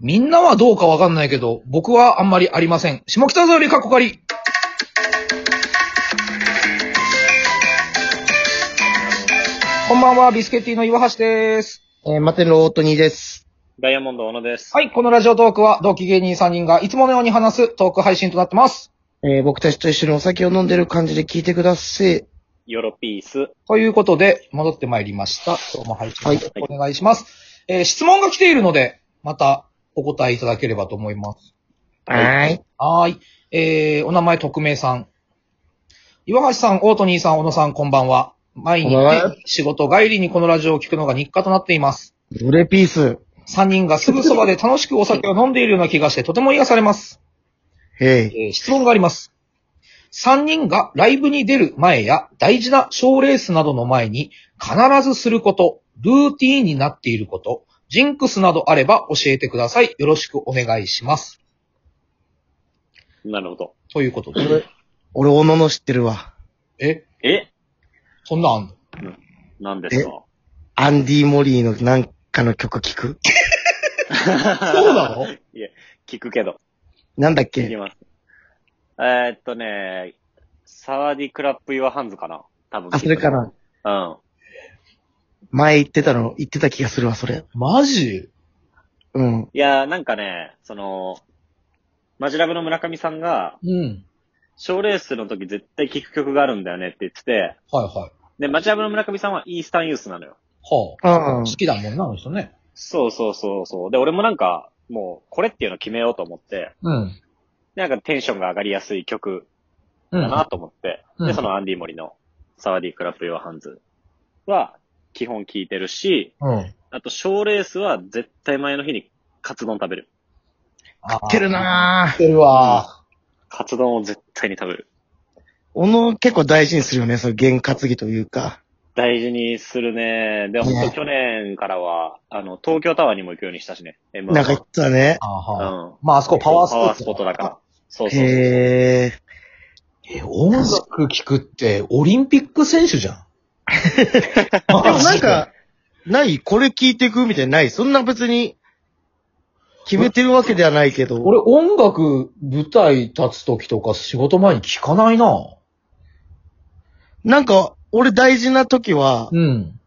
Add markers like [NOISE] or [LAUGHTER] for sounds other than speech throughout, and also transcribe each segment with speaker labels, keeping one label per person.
Speaker 1: みんなはどうかわかんないけど、僕はあんまりありません。下北沢よりかっこかり。こんばんは、ビスケッティの岩橋です。
Speaker 2: えー、マテロートニーです。
Speaker 3: ダイヤモンド小野です。
Speaker 1: はい、このラジオトークは同期芸人3人がいつものように話すトーク配信となってます。
Speaker 2: えー、僕たちと一緒にお酒を飲んでる感じで聞いてください。
Speaker 3: ヨロピース。
Speaker 1: ということで、戻ってまいりました。今日も配信お願いします。えー質問が来ているので、またお答えいただければと思います。
Speaker 2: はーい。
Speaker 1: はーい。えー、お名前、匿名さん。岩橋さん、大トニーさん、小野さん、こんばんは。毎日
Speaker 2: こんばんは、
Speaker 1: 仕事帰りにこのラジオを聞くのが日課となっています。
Speaker 2: ブレピース。
Speaker 1: 3人がすぐそばで楽しくお酒を飲んでいるような気がして、とても癒されます。
Speaker 2: へい。
Speaker 1: えー質問があります。3人がライブに出る前や大事な賞ーレースなどの前に必ずすること、ルーティーンになっていること、ジンクスなどあれば教えてください。よろしくお願いします。
Speaker 3: なるほど。
Speaker 1: ということで。
Speaker 2: 俺、俺、おのの知ってるわ。
Speaker 1: え、
Speaker 3: え
Speaker 1: そんなんあんの
Speaker 3: 何ですか
Speaker 2: アンディ・モリーのなんかの曲聞く
Speaker 1: そうなの
Speaker 3: 聞くけど。
Speaker 2: なんだっ
Speaker 3: 聞き
Speaker 2: け
Speaker 3: ます。えーっとね、サワディクラップ・イワハンズかな多分。
Speaker 2: あ、それか
Speaker 3: な。
Speaker 2: な。
Speaker 3: うん。
Speaker 2: 前言ってたの、言ってた気がするわ、それ。
Speaker 1: マジ
Speaker 2: うん。
Speaker 3: いやー、なんかね、その、マジラブの村上さんが、
Speaker 1: うん。
Speaker 3: 賞ーレースの時絶対聞く曲があるんだよねって言ってて、
Speaker 1: はいはい。
Speaker 3: で、マジラブの村上さんはイースタンユースなのよ。
Speaker 1: はあ。
Speaker 2: ああ
Speaker 1: 好。きだもんな、あの人ね。
Speaker 3: そうそうそうそう。で、俺もなんか、もう、これっていうの決めようと思って、
Speaker 1: うん。
Speaker 3: でなんかテンションが上がりやすい曲
Speaker 1: うん。
Speaker 3: だな
Speaker 1: は
Speaker 3: と思って、
Speaker 1: うんう
Speaker 3: で、
Speaker 1: ん
Speaker 3: そのアンディ・モリのサワディ・クラップ・ヨアハンズは基本聞いてるし、
Speaker 1: うん。
Speaker 3: あと、賞ーレースは絶対前の日にカツ丼食べる。
Speaker 1: 食
Speaker 2: 知ってるなぁ。
Speaker 1: ってるわ。
Speaker 3: カツ丼を絶対に食べる。
Speaker 2: おの結構大事にするよね、その験担ぎというか。
Speaker 3: 大事にするね。で、ほんと去年からは、あの、東京タワーにも行くようにしたしね。M1
Speaker 2: なんか言ってたね。
Speaker 1: あ
Speaker 3: う
Speaker 1: はあ
Speaker 3: ん。
Speaker 1: まあ、あそこパワースポット。
Speaker 3: パワースポットだから。そうそうそう。
Speaker 2: へえ。
Speaker 1: え、音楽聴くって、オリンピック選手じゃん。
Speaker 2: でもなんか、ないこれ聞いてくみたいなないそんな別に、決めてるわけではないけ
Speaker 1: [LAUGHS]
Speaker 2: ど。
Speaker 1: 俺、音楽、舞台立つ時とか仕事前に聴かないな
Speaker 2: なんか、俺大事な時は、
Speaker 1: うん。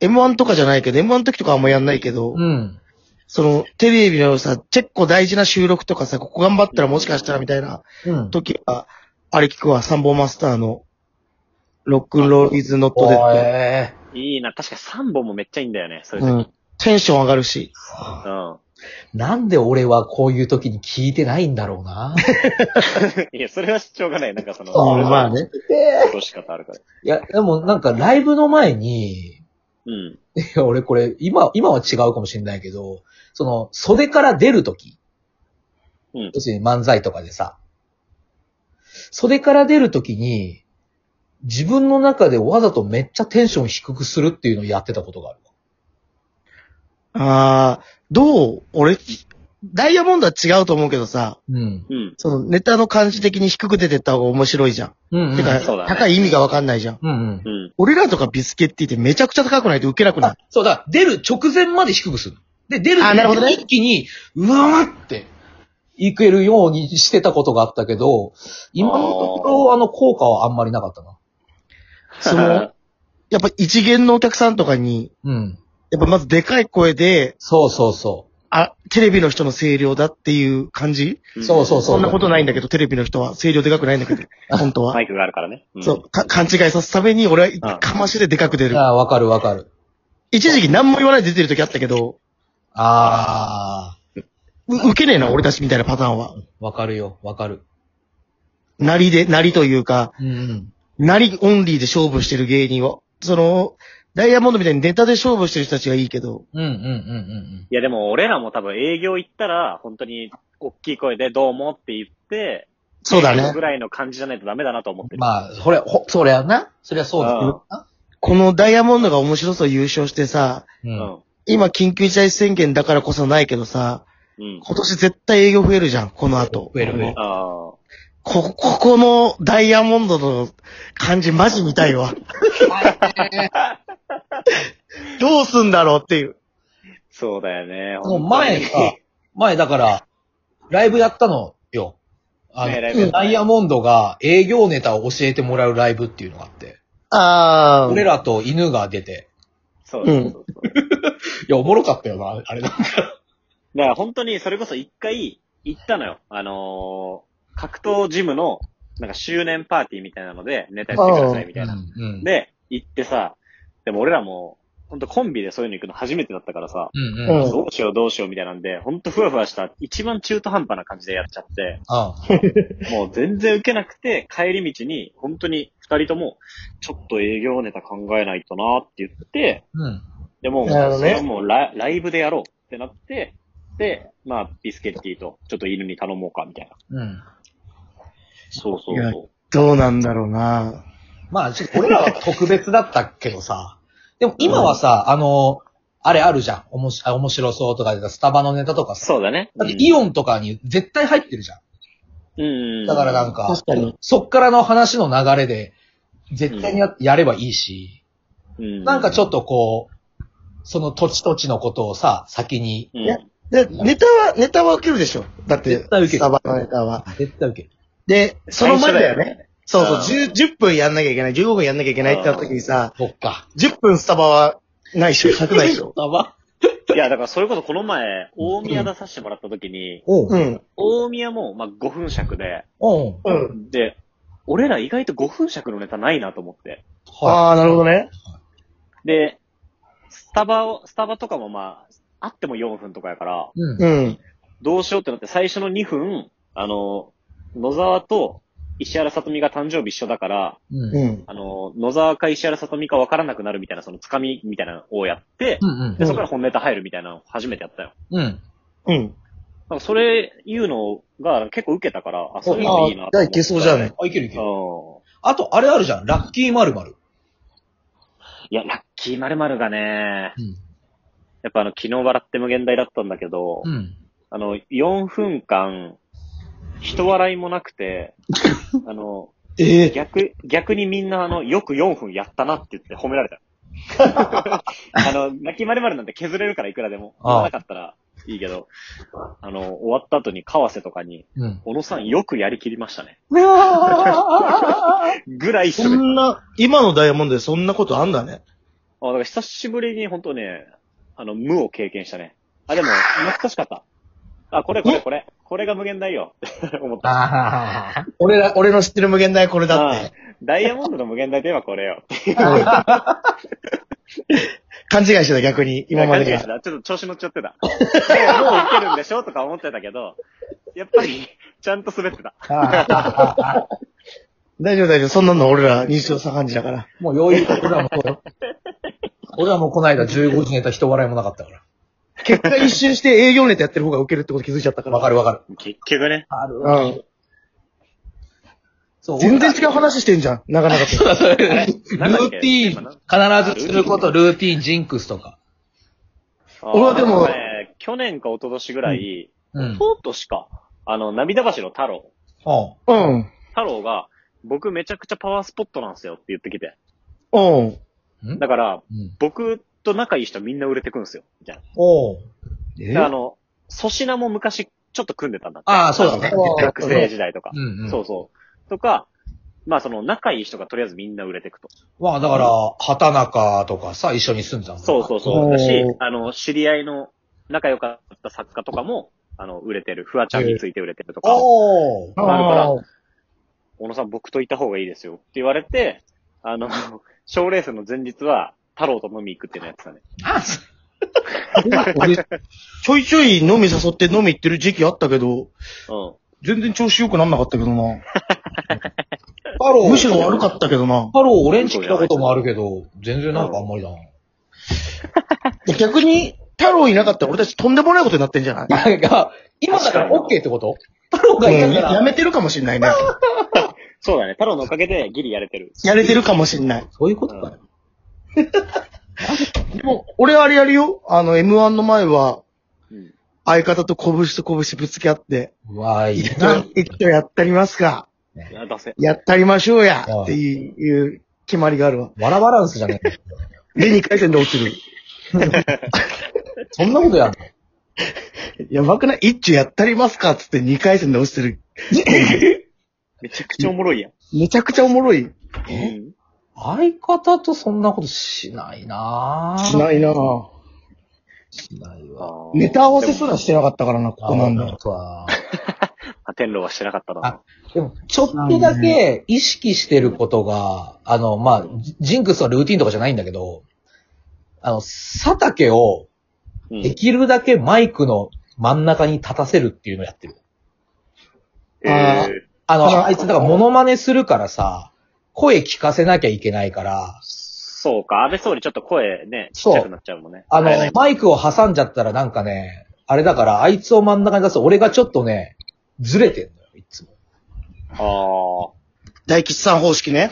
Speaker 2: M1 とかじゃないけど、M1 の時とかはあんまやんないけど、
Speaker 1: うん。
Speaker 2: その、テレビのさ、結構大事な収録とかさ、ここ頑張ったらもしかしたらみたいな
Speaker 1: うん。
Speaker 2: 時は、あれ聞くわ、サンボマスターの、ロックンロールイズノット
Speaker 1: お
Speaker 2: デ
Speaker 1: い
Speaker 2: ッ
Speaker 3: いいな。確か3本もめっちゃいいんだよね。そういう
Speaker 2: ド。う
Speaker 3: 時。
Speaker 2: ん。テンション上がるし。
Speaker 3: うん。
Speaker 1: なんで俺はこういう時に聴いてないんだろうな
Speaker 3: いや、それはしょうがない。なんかその、
Speaker 2: う
Speaker 1: [LAUGHS] あ
Speaker 2: ん、ま
Speaker 1: [LAUGHS]
Speaker 2: あね。
Speaker 1: で
Speaker 3: 落とし方あるから。
Speaker 1: いや、でもなんかライブの前に、 [LAUGHS]
Speaker 3: うん。
Speaker 1: いや、俺これ、今、今は違うかもしれないけど、その、袖から出るとき。
Speaker 3: うん
Speaker 1: 要するに漫才とかでさ。袖から出るときに、自分の中でわざとめっちゃテンション低くするっていうのをやってたことがあるわ。
Speaker 2: あー、どう俺、ダイヤモンドは違うと思うけどさ、
Speaker 1: うん。
Speaker 3: うん。
Speaker 2: そのネタの感じ的に低く出てった方が面白いじゃん。
Speaker 1: うん、うん。
Speaker 2: てか、
Speaker 3: そうだね
Speaker 2: 高い意味がわかんないじゃん。
Speaker 1: うんうん。
Speaker 3: うん。
Speaker 2: 俺らとかビスケッティってめちゃくちゃ高くないとウケなくな
Speaker 1: [LAUGHS]
Speaker 2: い
Speaker 1: あ、そうだ、出る直前まで低くする。で、出る
Speaker 2: あなるほどね
Speaker 1: 一気に、うわーって、いけるようにしてたことがあったけど、今のところ、あの、効果はあんまりなかったな。
Speaker 2: その、やっぱ一元のお客さんとかに、
Speaker 1: うん。
Speaker 2: やっぱまずでかい声で、
Speaker 1: そうそうそう。
Speaker 2: あ、テレビの人の声量だっていう感じ
Speaker 1: そうそうそう
Speaker 2: そんなことないんだけど、テレビの人は声量でかくないんだけど、本当は。
Speaker 3: マイクがあるからね。ん
Speaker 2: そう、か勘違いさすために俺は
Speaker 3: うん
Speaker 2: かましででかく出る。
Speaker 1: ああ、わかるわかる。
Speaker 2: 一時期何も言わないで出てる時あったけど、
Speaker 1: あ
Speaker 2: うウケねえな、俺たちみたいなパターンは。
Speaker 1: あ、わかるよ、わかる。
Speaker 2: なりで、なりというか、
Speaker 1: うんうん。
Speaker 2: なりオンリーで勝負してる芸人を。その、ダイヤモンドみたいにネタで勝負してる人たちがいいけど、
Speaker 1: うんうんうんうん
Speaker 3: いやでも俺らも多分営業行ったら、本当に大きい声でどうもって言って、
Speaker 2: そうだね
Speaker 3: ぐ。らいの感じじゃないとダメだなと思っ
Speaker 1: うん。
Speaker 3: てる。
Speaker 1: まあ、それ、ほ、それはな。そりゃそうだよな。
Speaker 2: このダイヤモンドが面白そう優勝してさ、
Speaker 1: う。
Speaker 3: うんん。
Speaker 2: 今緊急事態宣言だからこそないけどさ、
Speaker 3: うん。
Speaker 2: 今年絶対営業増えるじゃん、この後。
Speaker 1: 増える増える
Speaker 3: あ
Speaker 2: こ、ここのダイヤモンドの感じマジ見た
Speaker 1: [LAUGHS]
Speaker 2: いわ。どうすんだろうっていう。
Speaker 3: そうだよね。
Speaker 1: その前
Speaker 3: 本
Speaker 1: さ、前だから、ライブやったのよ。あの、
Speaker 3: ねライブやった
Speaker 1: ダイヤモンドが営業ネタを教えてもらうライブっていうのがあって、
Speaker 2: あ
Speaker 1: 俺らと犬が出て、
Speaker 3: 当にそうそうそうそう。
Speaker 1: いや、おもろかったよな、あれな。
Speaker 3: だから本当にそれこそ一回行ったのよ。あのー格闘ジムの、なんか周年パーティーみたいなので、ネタやってくださいみたいな。
Speaker 1: うん。
Speaker 3: で、行ってさ、でも俺らも、ほんとコンビでそういうの行くの初めてだったからさ、
Speaker 1: うんうん。
Speaker 2: うん
Speaker 3: どうしようどうしようみたいなんで、ほんとふわふわした、一番中途半端な感じでやっちゃって、
Speaker 1: あ
Speaker 3: もう全然受けなくて、帰り道に、本当に二人とも、ちょっと営業ネタ考えないとなって言って、
Speaker 1: うん。
Speaker 3: でも、
Speaker 2: なるほど
Speaker 3: そ
Speaker 2: ね
Speaker 3: れはもうラライブでやろうってなって、で、まあ、ビスケッティと、ちょっと犬に頼もうか、みたいな。
Speaker 1: うん。
Speaker 3: そうそう
Speaker 2: いや
Speaker 3: そう。
Speaker 2: どうなんだろうな。
Speaker 1: まあ、ちょっと俺らは特別だったけどさ。でも今はさ、あの、あれあるじゃん。おもし、あ面白そうとかで、スタバのネタとかさ。
Speaker 3: そうだね。
Speaker 1: だってイオンとかに絶対入ってるじゃん。
Speaker 3: うん。
Speaker 1: だからなん
Speaker 3: か。
Speaker 1: か、
Speaker 2: かに。
Speaker 1: そっからの話の流れで、絶対にや,、やればいいし、
Speaker 3: うん。
Speaker 1: なんかち
Speaker 3: ょっ
Speaker 1: ょっとこう、その土地土地のことをさ、先に、
Speaker 3: と
Speaker 2: ねで、ネタは、ネタは受けるでしょ。だって、
Speaker 1: 絶対受ける
Speaker 2: スタバのネタは。
Speaker 1: 絶対受ける。
Speaker 2: で、その前だよね。。そうそうう、
Speaker 3: ん
Speaker 2: 10、10分やんなきゃいけない、15分やんなきゃいけないってなった時にさ、
Speaker 1: そっか。
Speaker 2: 10分スタバはないでしょ、100ないでしょ。
Speaker 1: やば。
Speaker 3: いや、だからそれこそこの前、大宮出させてもらった時に、
Speaker 1: おう。。
Speaker 2: うんん。
Speaker 3: 大宮も、まあ、5分尺で、
Speaker 1: おう。
Speaker 2: うん。
Speaker 3: で、俺ら意外と5分尺のネタないなと思って。
Speaker 1: は
Speaker 2: ああ、なるほどね。
Speaker 3: で、スタバを、スタバとかもまあ、あっても4分とかやから、
Speaker 1: い。うん。
Speaker 2: うん。
Speaker 3: どうしようってなって最初の2分、あの、野沢と石原さとみが誕生日一緒だから、
Speaker 1: うん。うん。
Speaker 2: うん。
Speaker 3: あの、野沢か石原さとみか分からなくなるみたいな、そのつかみみたいなのをやって、
Speaker 1: うん。
Speaker 3: で、そこから本ネタ入るみたいなのを初めてやったよ。
Speaker 1: うん。
Speaker 2: うん。
Speaker 3: なんかそれ言うのが結構受けたから、あ、そういう
Speaker 2: ああ、
Speaker 3: のいい
Speaker 2: じ
Speaker 3: なと思って
Speaker 2: ゃあいけそうじゃない。
Speaker 1: あ、いけるいけ
Speaker 3: う
Speaker 1: る。
Speaker 3: ん。
Speaker 1: あと、あれあるじゃん。ラッキーまるまる。
Speaker 3: いや、ラッキーまるまるがね、
Speaker 1: うん
Speaker 3: やっぱあの、昨日笑って無限大だったんだけど、
Speaker 1: うん。
Speaker 3: あの、4分間、人笑いもなく
Speaker 1: [LAUGHS]
Speaker 3: て、あの、
Speaker 2: ええ。
Speaker 3: [LAUGHS] 逆、逆にみんなあの、よく4分やったなって言って褒められた。
Speaker 1: [LAUGHS]
Speaker 3: あの、泣きまるまるなんて削れるからいくらでも。
Speaker 1: ああ
Speaker 3: 言わなかったらいいけど、あの、終わった後に川瀬とかに、
Speaker 1: [LAUGHS] うん。
Speaker 3: 小野さんよくやりきりましたね。
Speaker 1: うわー
Speaker 3: ぐらい一
Speaker 2: そ
Speaker 3: 緒で。
Speaker 2: んな、今のダイヤモンドでそんなことあんだね。
Speaker 3: あ、だから久しぶりに本当ね、あの、無を経験したね。あ、でも、懐かしかった。あ、これこれこれ。これが無限大よ。 [LAUGHS] って思った。
Speaker 1: あー
Speaker 2: 俺ら、俺の知ってる無限大これだって。
Speaker 3: ダイヤモンドの無限大といえばこれよ。
Speaker 2: 勘違いしてた、逆に。今まで
Speaker 3: い
Speaker 2: が
Speaker 3: や勘違いして。たちょっと調子乗っちゃってた。いやもう受けるんでしょとか思ってたけど、やっぱり、ちゃんと滑ってた。
Speaker 2: [LAUGHS] 大丈夫、大丈夫。そんなの俺ら日常茶飯事だから。
Speaker 1: もう余裕、俺らもそうよ。俺らもこの間15時寝た人笑いもなかったか。
Speaker 2: 結果一周して営業ネタやってる方がウケるってこと気づいちゃったから
Speaker 1: わ
Speaker 2: ら。
Speaker 1: かるわかる。
Speaker 3: 結局ね。
Speaker 1: ある
Speaker 2: うん。
Speaker 1: そう。
Speaker 2: 全然違う話してんじゃん。なかなかと。
Speaker 1: そうだよねル
Speaker 3: なんだっ
Speaker 1: ー
Speaker 3: け
Speaker 1: ティーン、必ずすること、ルーティーン、ジンクスとか。
Speaker 2: 俺はでも
Speaker 3: あのね去年か一昨年ぐらい、
Speaker 1: うん。
Speaker 3: とうとしか、あの、涙橋の太郎。
Speaker 1: お
Speaker 2: [LAUGHS] うん。
Speaker 3: 太郎が、僕めちゃくちゃパワースポットなんですよって言ってきて。
Speaker 2: うん。
Speaker 1: うん。
Speaker 3: だから、
Speaker 1: うん。
Speaker 3: 僕と仲いい人みんな売れてくんですよ。みたいな。
Speaker 1: おう
Speaker 2: え
Speaker 3: で、あの、粗品も昔ちょっと組んでたんだって。
Speaker 1: ああ、そうだね。
Speaker 3: 学生時代とか。
Speaker 1: うんうん。
Speaker 3: そうそう。とか、まあその仲いい人がとりあえずみんな売れてくと。
Speaker 1: まあ、だから、畑中とかさ、一緒に住んでたもん
Speaker 3: そうそうそう。
Speaker 2: おー
Speaker 3: だし、あの、知り合いの仲良かった作家とかも、あの、売れてる。フワちゃんについて売れてるとか、
Speaker 1: おう。
Speaker 2: あー
Speaker 3: 小野さん僕といた方がいいですよって言われて、あの、 [LAUGHS] 賞レースの前日は、太郎と飲み行くっていうのやってたね。
Speaker 1: あそ
Speaker 2: ちょいちょい飲み誘って飲み行ってる時期あったけど、
Speaker 3: うん。
Speaker 2: 全然調子良くなんなかったけどな。
Speaker 1: 太郎、
Speaker 2: むしろ悪かったけどな。
Speaker 1: 太郎、俺んち来たこともあるけど、全然なんかあんまりだな。
Speaker 2: 逆に、太郎いなかったら俺たちとんでもないことになってんじゃない
Speaker 1: なんか、今だから OK ってこと太郎がい
Speaker 2: うん
Speaker 1: た
Speaker 2: や
Speaker 1: から。
Speaker 2: めてるかもしんないね。
Speaker 3: そうだね。太郎のおかげでギリやれてる。
Speaker 2: やれてるかもしんない。
Speaker 1: そういうことかよ。
Speaker 2: でも、俺あれやるよ。あの、M1 の前は、
Speaker 3: うん。
Speaker 2: 相方と拳と拳ぶつけ合って、
Speaker 1: うわーいい
Speaker 2: 一
Speaker 1: な。
Speaker 2: 挙やったりますか。
Speaker 3: あ出せ。
Speaker 2: やったりましょうや。っていういう決まりがあるわ。
Speaker 1: わらバランスじゃねえか。
Speaker 2: で、2回戦で落ちる。
Speaker 1: そんなことやんの
Speaker 2: やばくない一丁やったりますかっつって2回戦で落ちてる。
Speaker 3: めちゃくちゃおもろいやん。
Speaker 2: めちゃくちゃおもろい。
Speaker 1: え
Speaker 3: うん
Speaker 1: 相方とそんなことしないなぁ。
Speaker 2: しないなぁ。
Speaker 1: しないわ。
Speaker 2: ネタ合わせす
Speaker 3: でも
Speaker 2: らしてなかったからな、ここなん
Speaker 1: あ
Speaker 2: だ
Speaker 1: 本。当は
Speaker 3: あ天狼はしてなかったな。
Speaker 1: あでも、ちょっとだけ意識してることが、あの、まあ、ジジンクスのルーティンとかじゃないんだけど、あの、佐竹を
Speaker 3: うん
Speaker 1: できるだけマイクの真ん中に立たせるっていうのをやってる。
Speaker 3: え
Speaker 2: あ
Speaker 3: ー
Speaker 1: あの、
Speaker 2: あ
Speaker 1: あいつ、だからモノマネするからさ、声聞かせなきゃいけないから、
Speaker 3: そうか、安倍総理ちょっと声ね、ちっちゃくなっちゃうもんね。
Speaker 1: あ
Speaker 3: はいはい
Speaker 1: の、マイクを挟んじゃったらなんかね、あれだから、あいつを真ん中に出すと俺がちょっとね、ずれてんのよ、いつも。
Speaker 3: ああ。
Speaker 2: 大吉さん方式ね。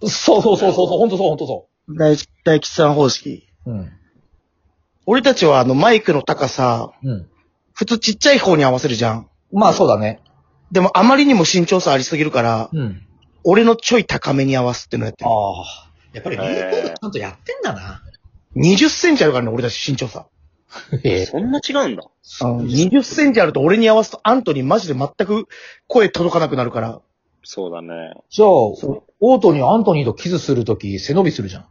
Speaker 1: そうそうそうそう、ほんとそう、ほんとそ
Speaker 2: 大大吉さん方式。
Speaker 1: う。うん。
Speaker 2: 俺たちはあのマイクの高さ、
Speaker 1: うん。
Speaker 2: 普通ちっちゃい方に合わせるじゃん。
Speaker 1: まあそうだね。
Speaker 2: でもあまりにも身長差ありすぎるから、
Speaker 1: うん。
Speaker 2: 俺のちょい高めに合わすっていうのやってる。
Speaker 1: ああ。やっぱり
Speaker 3: リーダーがち
Speaker 1: ゃんとやってんだな。
Speaker 2: 20センチあるからね、俺たち身長差。
Speaker 1: ええ。
Speaker 3: そんな違うんだ。
Speaker 2: うん20センチあると俺に合わすとアントニーマジで全く声届かなくなるから。
Speaker 3: そうだね。
Speaker 1: じゃあ、
Speaker 2: そ
Speaker 1: オートにアントニーとキスするとき背伸びするじゃん。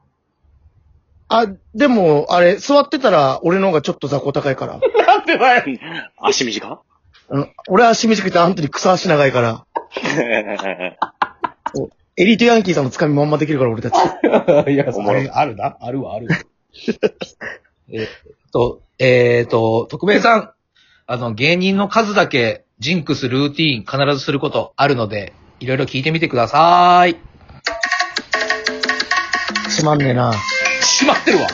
Speaker 2: あ、でも、あれ、座ってたら俺の方がちょっと雑魚高いから。
Speaker 1: なんでだよ。
Speaker 3: [LAUGHS] 足短 [LAUGHS]
Speaker 2: うん、俺足短くてアントニー草足長いから。エリートヤンキーさんの掴みまんまできるから俺たち。
Speaker 1: [LAUGHS] いや、
Speaker 3: おもろい
Speaker 1: それあるな。あるわ、あるわ。 [LAUGHS] えーっと、えーっと、匿名さん。あの、芸人の数だけ、ジンクスルーティーン必ずすることあるので、いろいろ聞いてみてください。
Speaker 2: つまんねえな。
Speaker 1: しまってるわ。